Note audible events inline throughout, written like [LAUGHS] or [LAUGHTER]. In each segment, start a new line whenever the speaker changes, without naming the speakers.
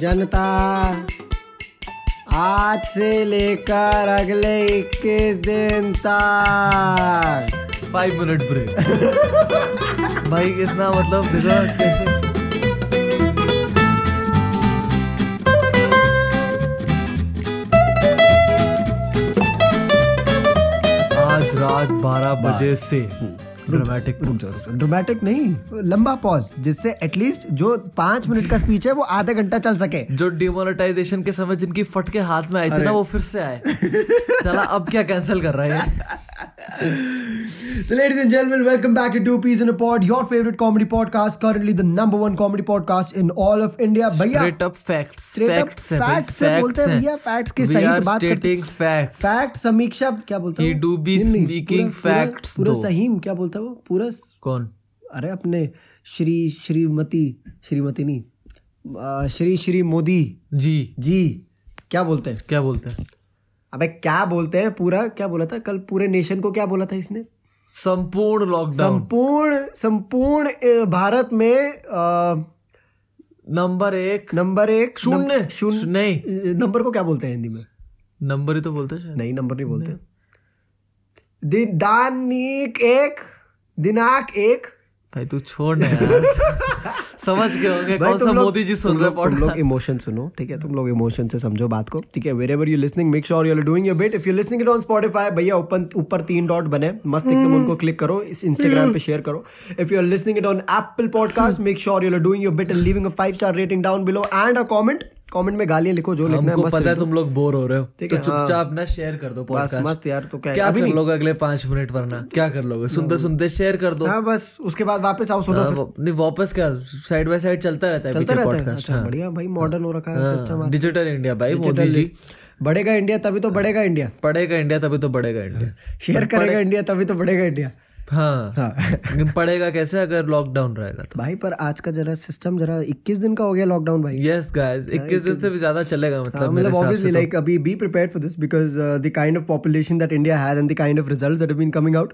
जनता आज से लेकर अगले 21 दिन तक
फाइव मिनट ब्रेक [LAUGHS] भाई कितना मतलब डिजर्ट कैसे आज रात 12 बजे से
हम्म।
ड्रामेटिक पिक्चर
ड्रामेटिक नहीं लंबा पॉज जिससे एटलीस्ट जो पांच मिनट का स्पीच है वो आधा घंटा चल सके
जो डिमोनेटाइजेशन के समय जिनकी फट के हाथ में आई थी ना वो फिर से आए चला अब क्या कैंसिल कर रहा है
So, ladies and gentlemen, welcome back to Two Peas in a Pod, your favorite comedy podcast, currently the number one comedy podcast in all of India. भैया
straight up facts
Straight up
facts है
facts से बोलते हैं भैया, facts के सहित बात करते-
स्टेटिंग फैक्ट्स
फैक्ट समीक्षा क्या बोलता है
He
वो?
do be
नहीं, नहीं,
speaking
पूरा- पूरा-
facts
पूरा
though.
सहीम क्या बोलता है वो पूरा स-
कौन
अरे अपने श्री श्रीमती श्रीमती नहीं अ, श्री श्री मोदी
जी
जी क्या बोलते हैं
क्या बोलते हैं
अबे क्या बोलते हैं पूरा क्या बोला था कल पूरे नेशन को क्या बोला था इसने
संपूर्ण लॉकडाउन
संपूर्ण संपूर्ण अ, भारत में अ,
नंबर एक
नंबर एक
शून्य
नंब- शून्य
नहीं
अ, नंबर को क्या बोलते हैं हिंदी में
नंबर ही तो बोलते हैं शायद।
नहीं नंबर नहीं बोलते दिन दानिक एक दिनांक एक
भाई तू छोड़ ना
[LAUGHS]
यार समझ के हो
भाई,
गए
तुम
कौन सा
लोग-
मोदी जी सुन
तुम
रहे
लोग- तुम
पॉडकास्ट
लोग इमोशन सुनो ठीक है तुम लोग इमोशन से समझो बात को ठीक है wherever you listening make sure you are doing your bit if you listening it on Spotify भैया ऊपर ऊपर तीन डॉट बने मस्त एकदम उनको क्लिक करो इस
हम्म।
इंस्टाग्राम पे शेयर करो if you are listening it on Apple podcast make sure you are doing your bit and leaving a five star rating down below and a comment comment में गालियां लिखो जो लिखना है
हमको
मस्त
पता है
लिखो।
तुम लोग बोर हो रहे हो
ठीक
तो
है, हाँ।
चुपचाप ना शेयर कर दो
बस
पॉडकास्ट
मस्त यार तो क्या है,
क्या
अभी
कर
नहीं।
लोगे अगले पांच मिनट वरना क्या कर लोगे सुनते सुनते शेयर कर दो
हाँ बस उसके बाद वापस आओ सुनो
हाँ,
फिर।
वो- नहीं वापस क्या साइड बाय साइड चलता रहता है
चलता
पीछे
रहता है
पॉडकास्ट
अच्छा बढ़िया भाई मॉडर्न हो रखा है सिस्टम
हाँ, डिजिटल इंडिया भाई मोदी जी
बढ़ेगा इंडिया तभी तो बढ़ेगा इंडिया
पढ़ेगा इंडिया तभी तो बढ़ेगा इंडिया
शेयर करेगा इंडिया तभी तो बढ़ेगा इंडिया
हाँ
हाँ
लेकिन पढ़ेगा कैसे अगर लॉकडाउन रहेगा तो
भाई पर आज का जरा सिस्टम जरा 21 दिन का हो गया लॉकडाउन भाई
यस गाइस
हाँ,
21 दिन से भी ज्यादा चलेगा मतलब
मतलब
मेरे हिसाब
ऑब्वियसली
से
लाइक अभी be prepared for this because the kind of population that India has and the kind of results that have been coming out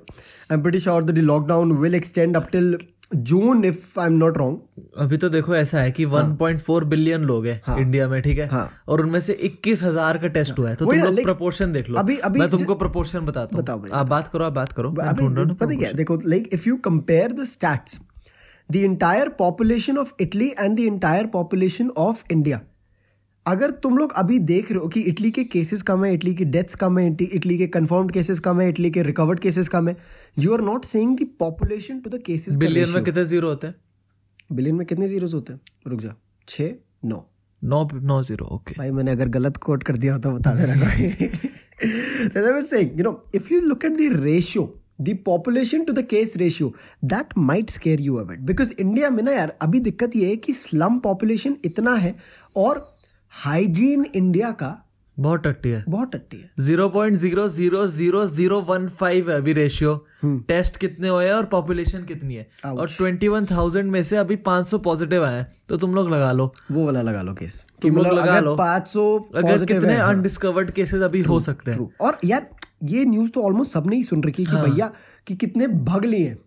I am pretty sure that the lockdown will extend up till June if I am not wrong
अभी तो देखो ऐसा है कि 1.4 billion लोग हैं India में ठीक है
हाँ।
और उनमें से 21000 का टेस्ट हुआ है तो
वही
तुम
ना,
लोग
like,
प्रपोर्शन देख लो
अभी- अभी
मैं तुमको प्रपोर्शन बताता
बताओ
हूँ
भाई,
आप बात करो आप बात करो मैं ढूंढ रहा
अभी
हूँ
पता है क्या है? देखो like if you compare the stats the entire population of Italy and the entire population of India अगर तुम लोग अभी देख रहे हो कि इटली के केसेस कम है इटली की डेथ्स कम है इटली- इटली के कंफर्म्ड केसेस कम है इटली के रिकवर्ड केसेस कम है you are not saying the population to the cases
billion में कितने जीरो होते हैं
बिलियन में कितने जीरोस होते हैं रुक जा छः नौ
नौ नौ जीरो ओके
भाई मैंने अगर गलत कोट कर दिया हो तो बता देना कोई [LAUGHS] As I was saying, you know, if you look at the ratio, the population to the case ratio, that might scare you a bit. Because India में ना यार अभी दिक्कत ये है कि स्लम पॉपुलेशन इतना है और हाइजीन इंडिया का
बहुत टट्टी है
बहुत अट्टी है
0.00001 है अभी रेशियो टेस्ट कितने हुए हैं और पॉपुलेशन कितनी है
Ouch.
और 21,000 में से अभी 500 पॉजिटिव आए हैं तो तुम लोग लगा लो
वो वाला लगा लो केस
तुम लोग लगा लो।
पाँच सौ
अगर कितने
हाँ।
अनडिस्कवर्ड केसेस अभी हो सकते हैं
True. और यार ये न्यूज तो ऑलमोस्ट सबने ही सुन रखी है कि भैया कि कितने भग लिए हैं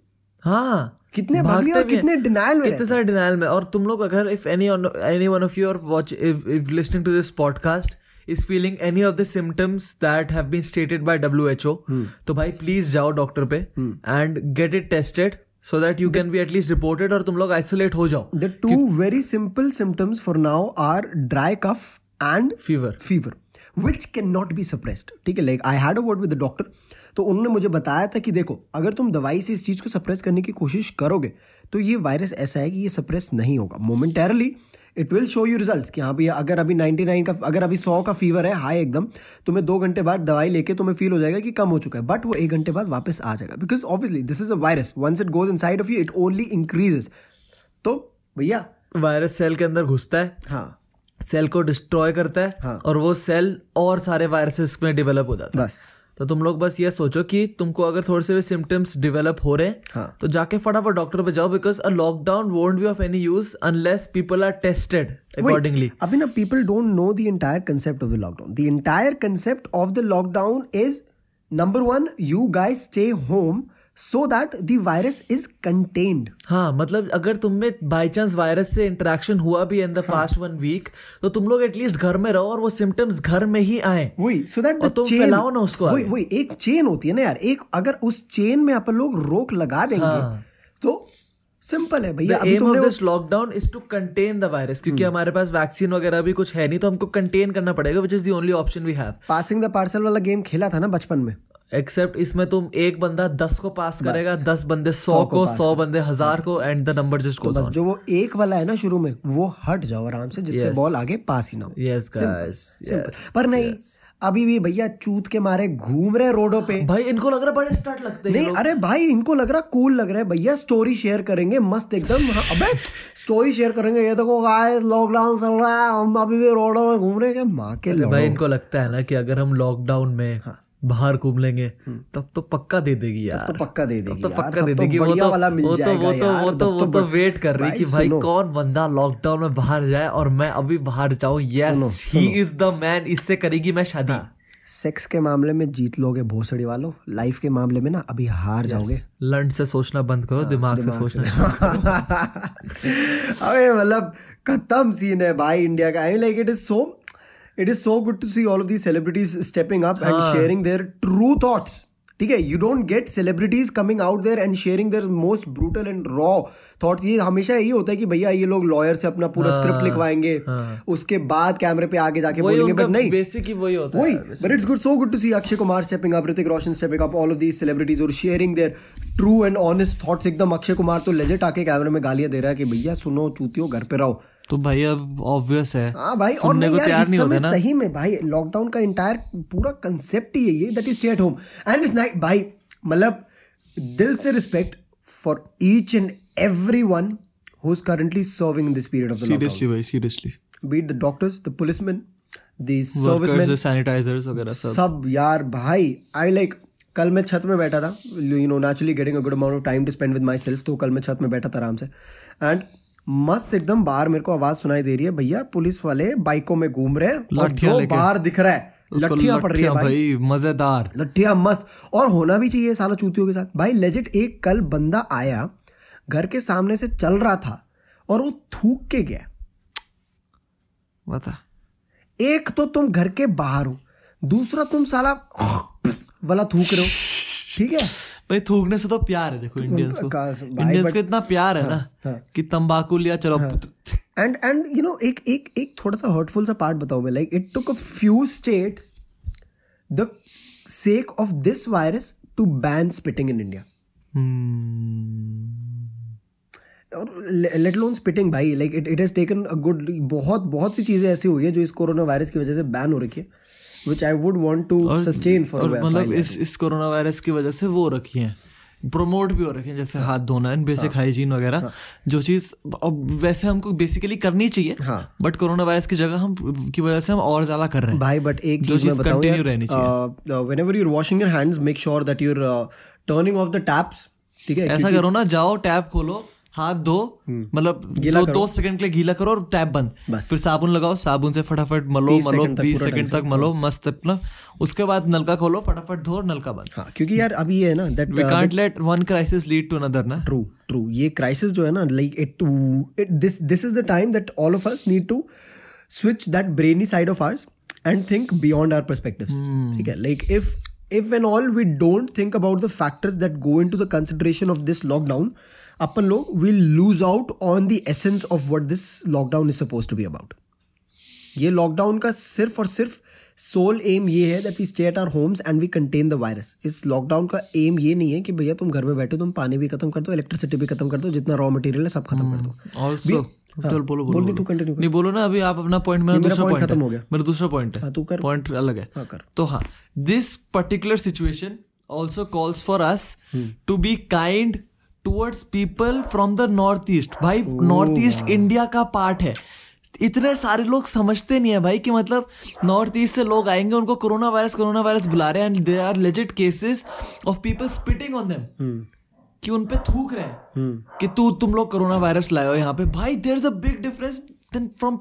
हाँ
कितने भाग लिए
भागते
और
भी हैं।
कितने denial में रहते
कितने सारे डिनाइल में और तुम लोग अगर if any any one of you are watch if listening to this podcast is feeling any of the symptoms that have been stated by W H O
Hmm.
तो भाई प्लीज जाओ डॉक्टर पे and get it tested so that you can be at least reported और तुम लोग isolate हो जाओ
The two very simple symptoms for now are dry cough and
fever
fever, which cannot be suppressed. ठीक है like I had a word with the doctor तो उन्होंने मुझे बताया था कि देखो अगर तुम दवाई से इस चीज़ को सप्रेस करने की कोशिश करोगे तो ये वायरस ऐसा है कि ये सप्रेस नहीं होगा momentarily it will show you result कि हाँ भैया अगर अभी 99 का अगर अभी 100 का फीवर है हाई एकदम तुम्हें दो घंटे बाद दवाई लेके तुम्हें फील हो जाएगा कि कम हो चुका है बट वो एक घंटे बाद वापस आ जाएगा because obviously this is a virus once it goes inside of you it only increases तो भैया
वायरस सेल के अंदर घुसता है
हाँ
सेल को डिस्ट्रॉय करता है और वो सेल और सारे वायरसेस में डेवलप हो जाता है
बस
तो तुम लोग बस ये सोचो कि तुमको अगर थोड़े से भी सिम्टम्स डेवलप हो रहे हैं
हाँ।
तो जाके फटाफट डॉक्टर पे जाओ because uh lockdown won't be of any use unless people are tested accordingly
Wait, Abhinav, people don't know the entire concept of the lockdown. The entire concept of the lockdown is number one, you guys stay home so that the virus is contained
हाँ मतलब अगर तुम में by chance virus से interaction हुआ भी in the
हाँ।
Past one week तो तुम लोग एटलीस्ट घर में रहो और वो सिम्टम्स घर में ही आए
वही सो दैट
और तुम फैलाओ ना उसको
वही
आगे।
वही एक चेन होती है ना यार एक अगर उस चेन में अपन लोग रोक लगा देंगे
हाँ।
तो सिंपल है भैया
द
अभी
एम ऑफ
तुमने वो- हम्म।
This lockdown is to contain the virus क्योंकि हमारे पास वैक्सीन वगैरह भी कुछ है नहीं तो हमको कंटेन करना पड़ेगा which is the only option we have
passing the parcel वाला गेम खेला था ना बचपन में
एक्सेप्ट इसमें तुम एक बंदा दस को पास करेगा दस बंदे सौ
सौ
को
को pass
सौ बंदे हजार को एंड द नंबर जस्ट
तो
गोज
बस
ऑन
जो वो एक वाला है ना शुरू में वो हट जाओ आराम से जिससे
Yes.
बॉल आगे पास ही ना हो
यस गाइस
सिंपल पर नहीं अभी भी भैया चूत के मारे घूम रहे रोडों पे
भाई इनको लग रहा है बड़े स्टार्ट लगते हैं
नहीं अरे भाई इनको लग रहा कूल लग रहा है भैया स्टोरी शेयर करेंगे मस्त एकदम हाँ, अबे स्टोरी शेयर करेंगे ये देखो गाइस लॉकडाउन चल रहा है हम अभी भी रोडों में घूम रहे हैं क्या माँ के
अरे
लोग
भाई इनको लगता है ना कि अगर हम लॉकडाउन में
हाँ।
बाहर घूम लेंगे तब तो पक्का दे देगी यार
तो पक्का दे देगी
तो
हम्म। यार,
पक्का
तब
दे
तो
देगी वो
बढ़िया
तो
वाला मिल
वो तो वो
जाएगा
तो
यार,
वो तो
तब तो
वो तो
बड़-
वेट कर रही है कि
भाई
भाई
सुनो।
कौन बंदा लॉकडाउन में बाहर जाए और मैं अभी बाहर जाऊं yes he is the man इससे करेगी मैं शादी
हाँ। सेक्स के मामले में जीत लोगे भोसड़ी वालों लाइफ के मामले में ना अभी हार जाओगे
लंड से सोचना बंद करो
हाँ,
दिमाग से सोचना
[LAUGHS] अबे मतलब खत्म सीन है भाई इंडिया का I like it is so it is so good to see all of the celebrities stepping up and sharing their true thoughts ठीक है you don't get celebrities coming out there and sharing their most brutal and raw thoughts ये हमेशा यही होता है कि भैया ये लोग लॉयर से अपना पूरा स्क्रिप्ट लिखवाएंगे उसके बाद कैमरे पे आगे जाके
वही
बोलेंगे बट नहीं
बेसिक ही वही होता
वही
है
but it's good so good to see Akshay Kumar stepping up Hrithik Roshan stepping up all of these celebrities और sharing their true and honest thoughts एकदम अक्षय कुमार तो लेजेट आके कैमरे में गालियां दे रहा है कि भैया सुनो चूतियो घर पे रहो
तो भाई अब ऑब्वियस है
हाँ भाई और
सुनने
नहीं
को
यार,
तैयार
इस
नहीं होते
समय
ना
सही में भाई लॉकडाउन का इंटायर पूरा कंसेप्ट ही यही है that you stay at home and it's night भाई मतलब दिल से respect for each and every one who is currently serving this period of the lockdown
seriously भाई seriously
beat the doctors the policeman the serviceman
workers sanitizers वगैरह सब
सब यार भाई आई लाइक कल मैं छत में बैठा था you know naturally getting a good amount of time to spend with my self तो कल मैं छत में बैठा था आराम से एंड मस्त एकदम बाहर मेरे को आवाज सुनाई दे रही है भैया पुलिस वाले बाइकों में घूम रहे हैं और
लाठियां
जो
लेके।
बाहर दिख रहा है
उसको
लट्ठियां पड़ रही है
लट्ठियाँ
भाई
भाई मजेदार
लट्ठियां मस्त और होना भी चाहिए साला चूतियों के साथ भाई लेजिट एक कल बंदा आया घर के सामने से चल रहा था और वो थूक के गया
बता
एक तो तुम घर के बाहर हो दूसरा तुम साला वाला थूक रहे हो ठीक है
भाई थूकने से तो प्यार है देखो इंडियंस को
का- भाई,
इंडियंस
but-
को इतना प्यार है ना
हाँ।
कि तंबाकू लिया चलो पुत-
एंड एंड यू नो एक एक एक थोड़ा सा हर्टफुल सा पार्ट बताओ मैं like it took a few states the sake of this virus to ban spitting in India
hmm,
और लेट लोन स्पिटिंग भाई like it it has taken a good बहुत बहुत सी चीज़ें ऐसी हुई है जो इस कोरोना वायरस की वजह से बैन हो रखी है which I would want to sustain
और मतलब
फॉर
इस इस कोरोना वायरस की वजह से वो रखी है प्रोमोट भी हो रखे हैं जैसे हाथ धोना एंड बेसिक
हाँ।
हाइजीन वगैरह जो चीज अब वैसे हमको बेसिकली करनी चाहिए
हाँ।
बट कोरोना वायरस की जगह हम की वजह से हम और ज्यादा कर रहे हैं
भाई बट एक
जो
चीज मैं uh,
चीज़
बताऊं
continue रहनी
यार whenever you are washing your hands make sure that you are turning off the taps ठीक है
ऐसा करो ना जाओ टैप खोलो हाथ धो मतलब दो, दो सेकंड के लिए गीला करो और टैप बंद
हम्म। बस।
फिर साबुन लगाओ साबुन से फटाफट मलो
30
मलो
सेकंड तक
बीस
पूरा हाँ।
सेकंड तक मलो मस्त अपना उसके बाद नलका खोलो फटाफट धो और नलका बंद
हाँ क्योंकि यार हाँ, अभी ये है ना
we
that
can't let one crisis lead to another ना
ट्रू ट्रू ये क्राइसिस जो है ना uh, like it it this this is the time that all of us need to switch that brainy side of ours and think beyond our perspectives
Hmm.
ठीक है like if if and all we don't think about the factors that go in to the consideration of this lockdown अपन लोग will lose out on the essence of what this lockdown is suppose to be about ये lockdown का सिर्फ और सिर्फ sole aim ये है that we stay at our homes and we contain the virus इस lockdown का एम ये नहीं है कि भैया तुम घर में बैठो तुम पानी भी खत्म कर दो इलेक्ट्रिसिटी भी खत्म कर दो जितना रॉ मटेरियल है सब खत्म कर दो
ऑल्सो बोलो बोलो
Hmm. हाँ, बोल
बोलो
नहीं, तू कंटिन्यू
नहीं बोलो ना अभी आप अपना पॉइंट मेरा
मेरा
दूसरा
point
पॉइंट
खत्म हो गया।
मेरा दूसरा पॉइंट है
हाँ तू कर
पॉइंट अलग है
हाँ कर
तो हाँ this particular situation also calls for us to be kind towards people from the North East भाई नॉर्थ ईस्ट इंडिया का पार्ट है इतने सारे लोग समझते नहीं है भाई कि मतलब नॉर्थ ईस्ट से लोग आएंगे उनको कोरोना वायरस कोरोना वायरस बुला रहे हैं and they are legit cases of people spitting on them कि उन पे थूक रहे हैं कि तू तुम लोग कोरोना वायरस लाए हो यहाँ पे भाई there is a big difference from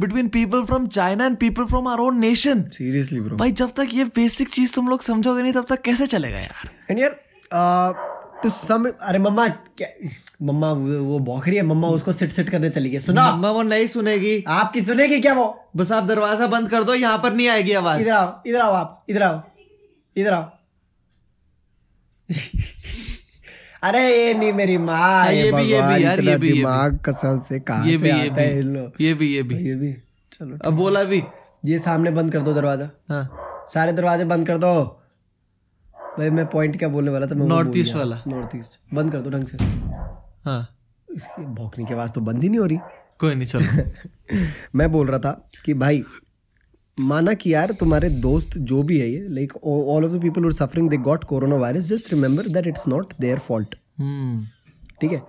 between people from China and people from our own nation
seriously bro
भाई जब तक ये बेसिक चीज तुम लोग समझोगे नहीं तब तक कैसे चलेगा यार
एंड यार तो सम अरे मम्मा क्या मम्मा वो वो भौंक रही है मम्मा उसको सिट सिट करने चली गई सुना
मम्मा वो नहीं सुनेगी
आपकी सुनेगी क्या वो
बस आप दरवाजा बंद कर दो यहाँ पर नहीं आएगी आवाज
इधर आओ इधर आओ आप इधर आओ इधर आओ अरे ये नहीं मेरी माँ
हाँ, ये भी, ये भी,
भगवान,
यार,
इतना
ये भी, ये भी।
दिमाग कसम से कहाँ
ये
से
भी ये
आता है इन लोग
भी ये भी ये भी हाँ,
ये भी चलो
अब बोला भी
ये सामने बंद कर दो दरवाजा
हाँ
सारे दरवाजे बंद कर दो भाई मैं पॉइंट क्या बोलने वाला था मैं
नॉर्थ ईस्ट वाला
नॉर्थ ईस्ट बंद कर दो ढंग से
हाँ
इसकी भौंकने की आवाज़ तो बंद ही नहीं हो रही
कोई नहीं चलो [LAUGHS]
[LAUGHS] मैं बोल रहा था कि भाई माना कि यार तुम्हारे दोस्त जो भी है ये like all of the people are suffering they got corona virus just remember that it's not their fault
hmm
ठीक है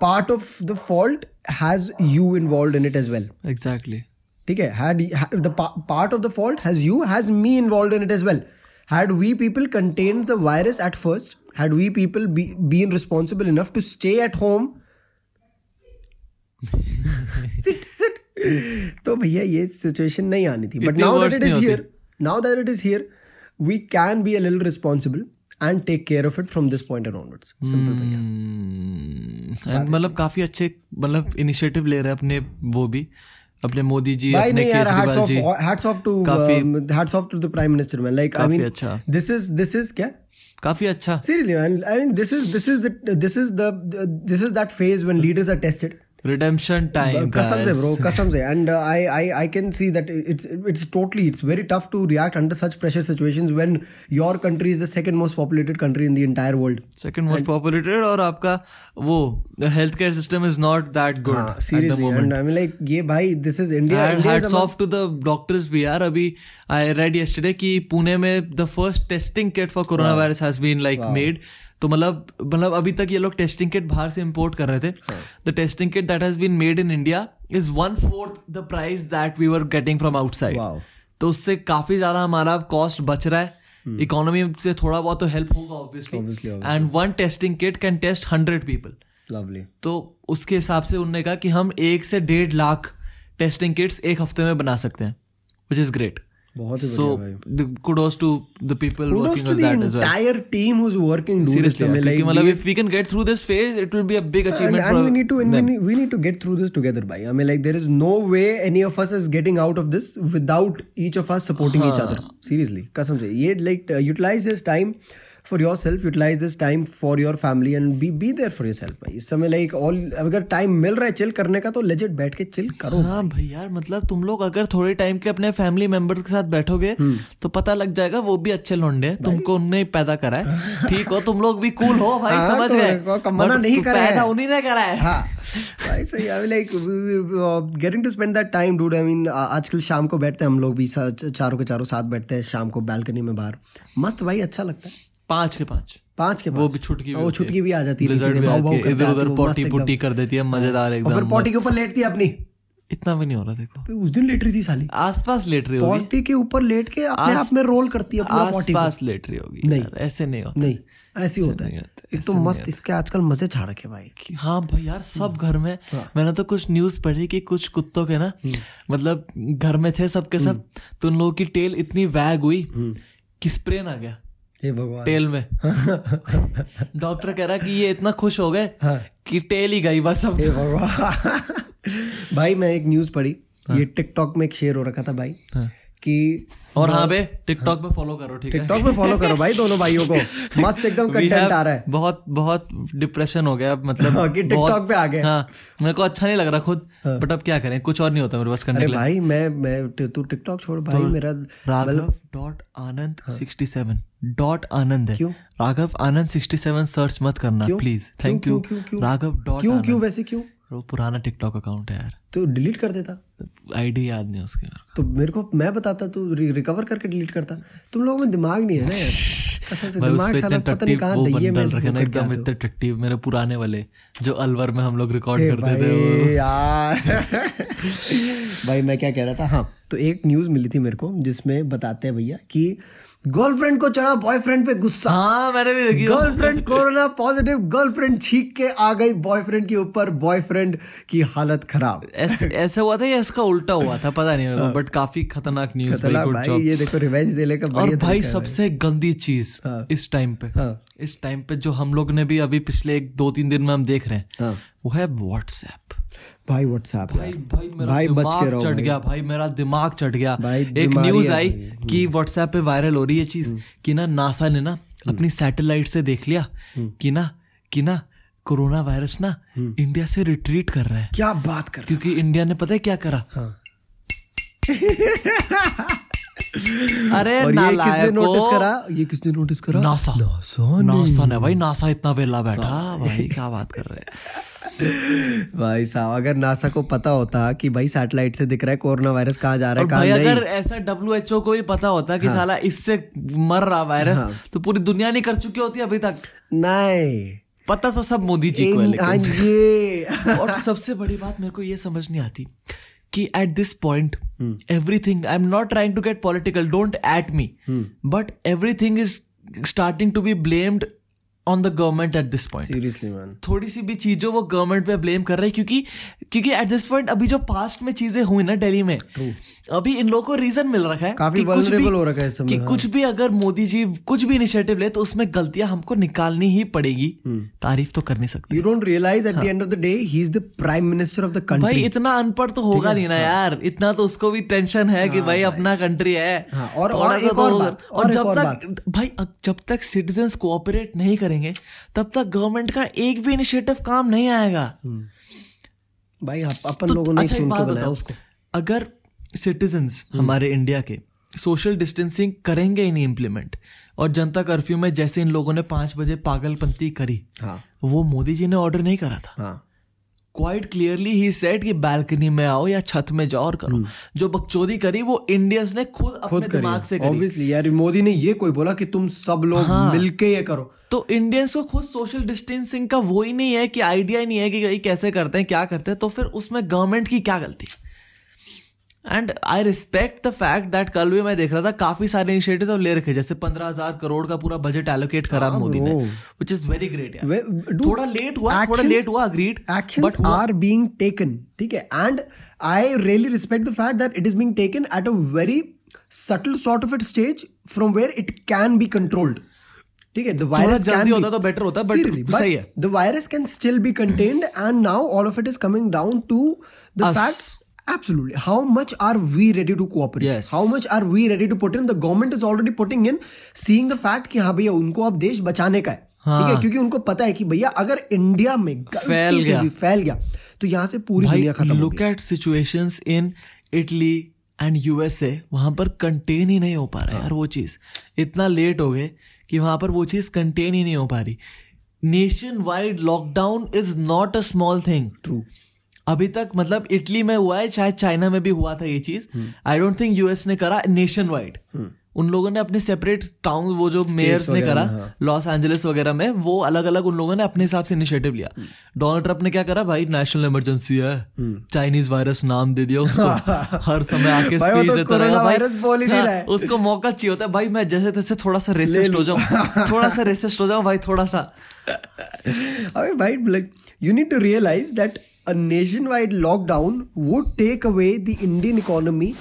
part of the fault has you involve in it as well
exactly
ठीक है had the pa- part of the fault has you has me involved in it as well had we people contained the virus at first had we people be, been responsible enough to stay at home sit sit तो भैया ये situation नहीं आनी थी but
इतनी
now that
worse
it is
नहीं
here now that it is here we can be a little responsible and take care of it from this point aroundwards
Hmm.
Simple
hmm.
भैया
and मतलब काफी अच्छे मतलब initiative ले रहे हैं अपने वो भी अपने मोदी जी
भाई
अपने
नहीं यार hats
Kejriwal ji
off hats off to hats off to the prime minister man like I
काफी
मीन
अच्छा
दिस इज दिस इज क्या
काफी अच्छा
seriously man i mean this is this is the this is the this is that phase when leaders are tested
redemption time
कसम से bro कसम से and uh, i i i can see that it's it's totally it's very tough to react under such pressure situations when your country is the second most populated country in the entire world
second most populated और आपका वो health care system is not that good at the
हाँ, seriously
moment
and i mean like ye bhai this is india
and
India is
hats off to the doctors भी यार अभी I read yesterday कि पुणे में the first testing kit for corona virus has been like made तो मतलब मतलब अभी तक ये लोग टेस्टिंग किट बाहर से इंपोर्ट कर रहे थे the testing kit that has been made in India is one fourth the price that we were getting from outside
Wow.
तो उससे काफी ज्यादा हमारा कॉस्ट बच रहा है इकोनॉमी से थोड़ा बहुत तो हेल्प होगा obviously
Hmm. Obviously,
and one testing kit can test hundred people
lovely
तो उसके हिसाब से उन्होंने कहा कि हम एक से डेढ़ लाख टेस्टिंग किट्स एक हफ्ते में बना सकते हैं विच इज ग्रेट
बहुत ही
so kudos to the people
kudos
working
to
on
the
that as well
entire team who's working do this I mean,
क्योंकि
like
मतलब if we can get through this phase it will be a big
and,
achievement
and we need to and we,
for
need, we need to get through this together bhai i mean like there is no way any of us is getting out of this without each of us supporting each other seriously kasam se ye like uh, utilize this time for yourself utilize this time for your family and be be there for yourself bhai is samay like all अगर time मिल रहा है chill करने का तो legit बैठ के chill करो
हाँ भाई यार मतलब तुम लोग अगर थोड़े टाइम के अपने फैमिली मेंबर्स के साथ बैठोगे
हम्म।
तो पता लग जाएगा वो भी अच्छे लौंडे हैं तुमको उनने ही पैदा करा है ठीक हो तुम लोग भी कूल हो भाई
हाँ,
समझ
तो
गए
को- मना
But
नहीं करा है।
पैदा उन्हीं ने करा है
हाँ भाई so I like getting to spend that time dude I mean आजकल शाम को बैठते हैं हम लोग भी सा- चारों के चारों साथ बैठते हैं शाम को बालकनी में बाहर मस्त भाई अच्छा लगता है
पांच के पांच
पाँच के
वो
पास
भी छुटकी
हाँ, वो छुटकी भी आ जाती है
Blizzard
नीचे से,
भी
भाव
आती
भाव करते आते
है इधर उधर
हैं, वो
पोटी
मस्त
पोटी
एकदम।
कर देती है मजेदार
और फिर
एकदम
पॉटी के ऊपर लेटती है अपनी
हाँ। इतना भी नहीं हो रहा देखो
उस दिन लेट रही थी साली
आसपास लेट रही होगी
पॉटी के ऊपर लेट के अपने आप में रोल करती है अपना पॉटी को।
आसपास लेट रही होगी
नहीं।
यार, ऐसे नहीं होता
नहीं ऐसी होता
नहीं
है
होता,
एक तो मस्त इसके आजकल मजे छाड़ रखे भाई
कि हाँ भाई यार सब घर में मैंने तो कुछ न्यूज पढ़ी कि कुछ कुत्तों के ना मतलब घर में थे सबके सब तो उन लोगों की टेल इतनी वैग हुई कि स्प्रेन आ गया
हे भगवान
टेल में [LAUGHS] डॉक्टर कह रहा कि ये इतना खुश हो गए कि टेल ही गई बस अब
हाँ, हे [LAUGHS] भगवान भाई मैं एक न्यूज पढ़ी ये टिकटॉक में एक शेयर हो रखा था भाई कि
और हाँ बे टिकटॉक पे फॉलो करो ठीक है
टिकटॉक में फॉलो करो भाई दोनों भाइयों को
[LAUGHS]
मस्त तो एकदम
We
कंटेंट
have
आ रहा है
बहुत बहुत डिप्रेशन हो गया अब मतलब
हाँ, कि TikTok
बहुत-
पे आ गए। हाँ।
हाँ मेरे को अच्छा नहीं लग रहा खुद बट अब क्या करें कुछ और नहीं होता मेरे पास करने
अरे
के लिए
भाई मैं मैं तू टिकटॉक छोड़ भाई
तो
मेरा मतलब-
Raghav dot Anand sixty seven dot Anand है
हाँ। क्यों?
Raghav Anand sixty seven search मत करना प्लीज थैंक
क्यों,
यू
क्यों, क्यों?
राघव डॉट
क्यों क्यों वैसे क्यों
वो पुराना टिकटॉक अकाउंट है यार
तो डिलीट कर देता
आईडी याद नहीं उसके मेरे को।
तो मेरे को मैं बताता तो रिकवर करके डिलीट करता तुम लोगों में दिमाग नहीं है ना यार कसम
[LAUGHS]
से
भाई उस
दिमाग
पे इतने
साला पता नहीं
टट्टी
कहाँ
वो
दहिए में
बंडल रखे ना
लेकर के
एकदम
आते हो।
इतने टट्टी मेरे पुराने वाले जो अलवर में हम लोग रिकॉर्ड करते थे वो
भाई यार [LAUGHS] भाई मैं क्या कह रहा था हाँ तो एक न्यूज़ मिली थी मेरे को जिसमें बताते हैं भैया कि गर्लफ्रेंड को चढ़ा बॉयफ्रेंड पे गुस्सा
हाँ मैंने भी देखी है।
गर्लफ्रेंड कोरोना पॉजिटिव गर्लफ्रेंड छींक के आ गई बॉयफ्रेंड के ऊपर बॉयफ्रेंड की हालत खराब
ऐसे ऐसा हुआ था या इसका उल्टा हुआ था पता नहीं मेरे को बट काफी खतरनाक न्यूज भाई
हाँ। खतरनाक
गुड
भाई
जॉब
ये देखो रिवेंज देने का
और
बढ़िया
भाई
तरीका तो है
सबसे गंदी चीज
हाँ।
इस टाइम पे
हाँ।
इस टाइम पे जो हम लोग ने भी अभी पिछले एक दो तीन दिन में हम देख रहे हैं
हाँ।
वो है व्हाट्सएप
भाई व्हाट्सएप
भाई भाई मेरा
भाई बच के
दिमाग
रहो
चढ़
भाई।
गया भाई मेरा दिमाग चढ़ गया
भाई,
एक
बीमारी
न्यूज
है
आई
भाई, हम्म।
कि व्हाट्सएप पे वायरल हो रही है चीज कि ना नासा ने ना
हम्म।
अपनी सैटेलाइट से देख लिया कि ना कि ना कोरोना वायरस ना
हम्म।
इंडिया से रिट्रीट कर रहा है
क्या बात कर
क्योंकि इंडिया ने पता है क्या करा
हाँ। और
अरे
ये किसने
नालायको
नोटिस करा ये किसने नोटिस करा
नासा
नासा ने।
नासा ने भाई नासा इतना वेला बैठा भाई क्या बात कर रहे हैं
भाई साहब अगर नासा को पता होता कि भाई सैटेलाइट से दिख रहा है कोरोना वायरस कहाँ जा रहा
और
है कहाँ
भाई
नहीं
अगर ऐसा डब्ल्यू को भी पता होता कि साला इससे मर रहा वायरस तो पूरी दुनिया नहीं कर चुकी होती अभी तक
नहीं
पता तो सब मोदी जी को है
इन- हाँ,
लेकिन
ये
और सबसे बड़ी बात मेरे को ये समझ नहीं आती कि at this point everything I am not trying to get political don't at me but everything is starting to be blamed on the government at this point
seriously man
थोड़ी सी भी चीजों वो गवर्नमेंट पे ब्लेम कर रहे हैं क्योंकि क्योंकि एट दिस पॉइंट अभी जो पास्ट में चीजें हुई ना दिल्ली में अभी इन लोगों को रीजन मिल रखा है
काफी
कि कुछ भी
vulnerable हो रखा है इस समय,
कि
हाँ।
कुछ भी अगर मोदी जी कुछ भी इनिशिएटिव ले तो उसमें गलतियां हमको निकालनी ही पड़ेगी
हम्म।
तारीफ तो कर नहीं सकती
you don't realise at the end of the day he is the prime minister of the
भाई
कंट्री
इतना अनपढ़ तो होगा नहीं
हाँ।
ना यार इतना तो उसको भी टेंशन है कि भाई अपना कंट्री है
हाँ, और-
थोड़ा
और
सा
एक
तो
और
होगा।
बात,
और
और एक
जब
और
तक भाई अ- जब तक सिटीजन कोऑपरेट नहीं करेंगे तब तक गवर्नमेंट का एक भी इनिशिएटिव काम नहीं आएगा
भाई अप- अपन
तो
लोगों ने
अच्छा एक
चुन के
बात
बनाया
बताओ
उसको हम्म।
अगर सिटीजन्स हमारे इंडिया के सोशल डिस्टेंसिंग करेंगे ही नहीं इम्प्लीमेंट और जनता कर्फ्यू में जैसे इन लोगों ने पांच बजे पागलपंती करी
हाँ
वो मोदी जी ने ऑर्डर नहीं करा था
हाँ
क्वाइट क्लियरली ही सेट कि बालकनी में आओ या छत में जाओ और करो जो बकचोदी करी वो इंडियंस ने खुद अपने
हम्म। खुद
दिमाग से
करिए
करी
ऑब्वियसली यार मोदी ने ये कोई बोला कि तुम सब लोग
हाँ।
मिलके ये करो
तो इंडियंस को खुद सोशल डिस्टेंसिंग का वो ही नहीं है कि आइडिया ही नहीं है कि भाई कैसे करते हैं क्या करते हैं तो फिर उसमें गवर्नमेंट की क्या गलती and I respect the fact that कल भी मैं देख रहा था काफी सारे इनिशिएटिव ले रखे जैसे पंद्रह हजार करोड़ का पूरा बजट एलोकेट करा मोदी ने
bro.
Which is very great
वे- हाँ, dude,
थोड़ा लेट हुआ थोड़ा
actions-
लेट हुआ agreed
actions are being taken ठीक है and i really respect the fact that it is being taken at a very subtle sort of a stage from where it can be controlled ठीक है the
थोड़ा
virus
जल्दी
can be,
होता तो better होता, but
Seriously,
सही है।
the virus can still be contained and now all of it is coming down to the
Us.
fact absolutely how much are we ready to cooperate
Yes.
how much are we ready to put in the government is already putting in seeing the fact कि हाँ भैया उनको अब देश बचाने का है ठीक है क्योंकि उनको पता है कि भैया अगर इंडिया में गलती
हाँ। फैल
से
गया।
भी फैल गया तो यहाँ से पूरी दुनिया खत्म हो
look at situations in Italy and USA वहां पर कंटेन ही नहीं हो पा
हाँ।
रहा यार वो चीज इतना लेट हो गए कि वहां पर वो चीज कंटेन ही नहीं हो पा रही nationwide lockdown is not a small thing
True.
अभी तक मतलब इटली में हुआ है शायद चाइना में भी हुआ था ये चीज
हम्म।
आई डोंट थिंक यूएस ने करा नेशन वाइड उन लोगों ने अपने सेपरेट टाउन वो जो मेयर्स ने करा
हाँ।
लॉस एंजलिस वगैरह में वो अलग अलग उन लोगों ने अपने हिसाब से इनिशिएटिव लिया
हम्म।
डोनाल्ड ट्रंप ने क्या करा भाई नेशनल इमरजेंसी है चाइनीज वायरस नाम दे दिया
[LAUGHS]
उसको हर समय आके
भाई, वो
स्पीच
तो
देता रहेगा
कोरोना
भाई
वायरस बोल ही नहीं
हाँ,
रहा है।
उसको मौका चाहिए होता है भाई मैं जैसे तैसे थोड़ा सा रेसिस्ट हो जाऊं थोड़ा सा रेसिस्ट हो जाऊं भाई थोड़ा सा
I mean, right, like, you need to realize that a nationwide lockdown would take away the Indian economy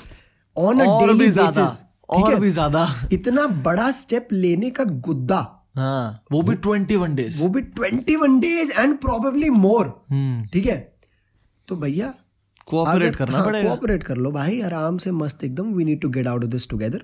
on a
और
daily
भी ज्यादा
basis. ठीक
और
है?
भी ज्यादा
इतना बड़ा स्टेप लेने का गुद्दा
हाँ वो भी ट्वेंटी वन डेज
वो भी twenty one days and probably more ठीक है तो भैया
कोऑपरेट हम्म, करना पड़ेगा
कोऑपरेट हाँ, कर लो भाई आराम से मस्त एकदम we need to get out of this together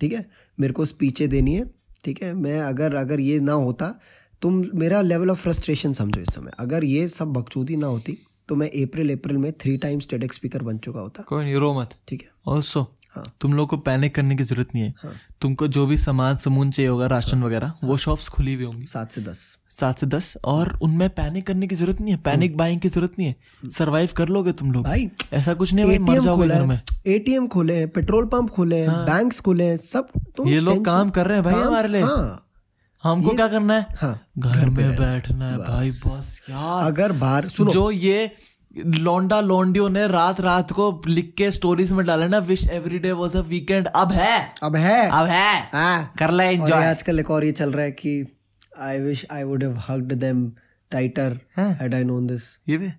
ठीक है मेरे को स्पीचें देनी है ठीक है मैं अगर अगर ये ना होता तुम मेरा लेवल ऑफ फ्रस्ट्रेशन समझो इस समय अगर ये सब बकचोदी ना होती तो मैं अप्रैल अप्रैल में थ्री टाइम्स टेडेक स्पीकर बन चुका होता
कोई नहीं रो मत
ठीक है
ऑल्सो
हाँ।
तुम लोग को पैनिक करने की जरूरत नहीं है तुमको जो भी सामान समून चाहिए होगा राशन
हाँ।
वगैरह वो शॉप्स खुली हुई होंगी
सात से दस
सात से दस और उनमें पैनिक करने की जरूरत नहीं है पैनिक बाइंग की जरूरत नहीं है सरवाइव कर लोगे तुम लोग
हाँ। भाई
ऐसा कुछ नहीं है भाई मर
ATM
जाओगे
खोला
घर में हाँ।
है एटीएम खोले हैं पेट्रोल पंप खोले हैं बैंक्स खोले हैं सब तुम
ये लोग
tension-
काम कर रहे हैं भाई
काम-
हमारे लिए।
हाँ
हमको क्या करना है
हाँ
घर में बैठना है भाई बस यार
अगर बाहर सुनो
जो ये लौंडा लौंडियों ने रात रात को लिख के स्टोरीज में डाला ना wish every day was a weekend अब है
अब है
अब है
हाँ
कर ले
और ये
एंजॉय
आजकल एक और ये चल रहा है कि I wish I would have hugged them tighter
हाँ।
हैड आई नोन दिस
ये भी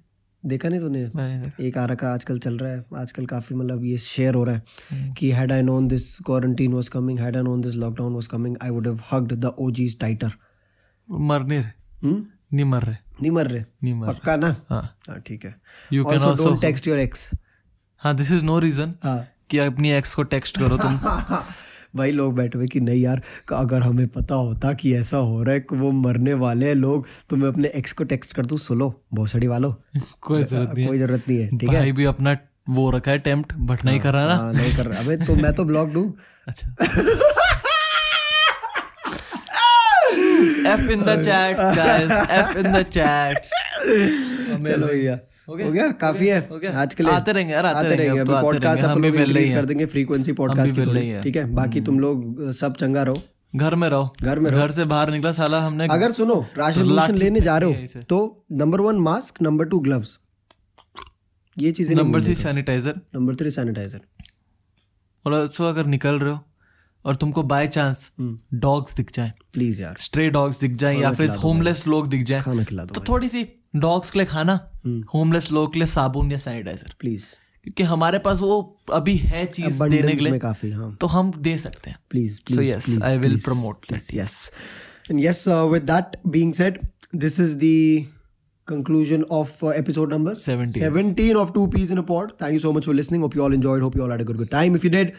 देखा नहीं तूने
मैंने देखा
एक आ रखा आजकल चल रहा है आजकल काफी मतलब ये शेयर हो रहा है कि had I known this quarantine was coming had I known this lockdown was coming I would have hugged the OGs tighter
मर नहीं रहे
हम्म
नहीं मर रहे
नहीं मर रहे
नहीं मर रहे
पक्का ना
हाँ
हाँ ठीक है
you can
also
also
don't text your ex
हाँ दिस इज नो रीजन
हाँ
कि अपनी एक्स को टेक्स्ट करो
[LAUGHS]
तुम
भाई लोग बैठे हुए कि नहीं यार का- अगर हमें पता होता कि ऐसा हो रहा है कि वो मरने वाले हैं लोग तो मैं अपने एक्स को टेक्स्ट कर दूं सुलो भोसड़ी वालों
कोई जरूरत नहीं
कोई जरूरत नहीं है ठीक है
भाई भी अपना वो रखा है अटेम्प्ट बट नहीं कर रहा ना
हाँ, नहीं कर रहा अबे तो मैं तो ब्लॉक डू
[LAUGHS] अच्छा [LAUGHS] F in the chats guys F in the chats
चलो भैया हो गया काफी
हो
है
गया।
आज के लिए
आते रहेंगे यार, आते रहेंगे, अब तो आते
पॉडकास्ट हम
रहेंगे, हम भी
लोग
मिल रहे
increase
हैं।
कर देंगे फ्रीक्वेंसी
हम भी
पॉडकास्ट की
मिल रहे
थोड़ी,
हैं। हम्म।
ठीक है बाकी तुम लोग अ, सब चंगा रहो
घर में रहो
घर में रहो।
घर से बाहर निकला साला हमने
अगर सुनो राशन राशन लेने जा रहे हो तो number one mask number two gloves ये चीजें नहीं
नंबर
भूलनी।
Three sanitizer
number three sanitizer
और ऑल्सो अगर निकल रहे हो और तुमको बाय चांस
हम्म।
डॉग्स दिख जाए
प्लीज यार
स्ट्रे डॉग्स दिख जाए या फिर होमलेस लोग दिख जाए
खाना खिला दो
तो थोड़ी सी डॉग्स के लिए खाना
हम्म।
होमलेस लोगों के लिए साबुन या सैनिटाइजर
प्लीज
क्योंकि हमारे पास वो अभी है चीज देने के
बंडल्स
लिए
में काफी हाँ
तो हम दे सकते हैं
please
So
please,
yes,
please,
I will
please,
promote
please, yes and yes uh, with that being said this is the conclusion of uh, episode number
17.
17 of two peas in a pod thank you so much for listening hope you all enjoyed hope you all had a good good time if you did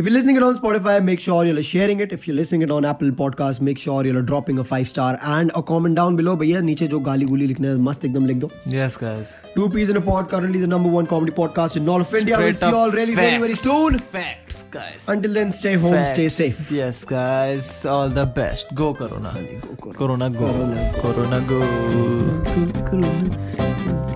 if you're listening it on Spotify, make sure you're sharing it. If you're listening it on Apple Podcasts, make sure you're dropping a five star and a comment down below. But yeah, नीचे जो गाली गुली लिखना है मस्त एकदम लिख दो.
Yes guys
Two Peas in a Pod, currently the number one comedy podcast in all of India. We'll see you all really very very soon.
Facts guys
Until then, stay home, stay safe.
Yes guys all the best go Corona
Go Corona.
Corona go Corona go
Corona.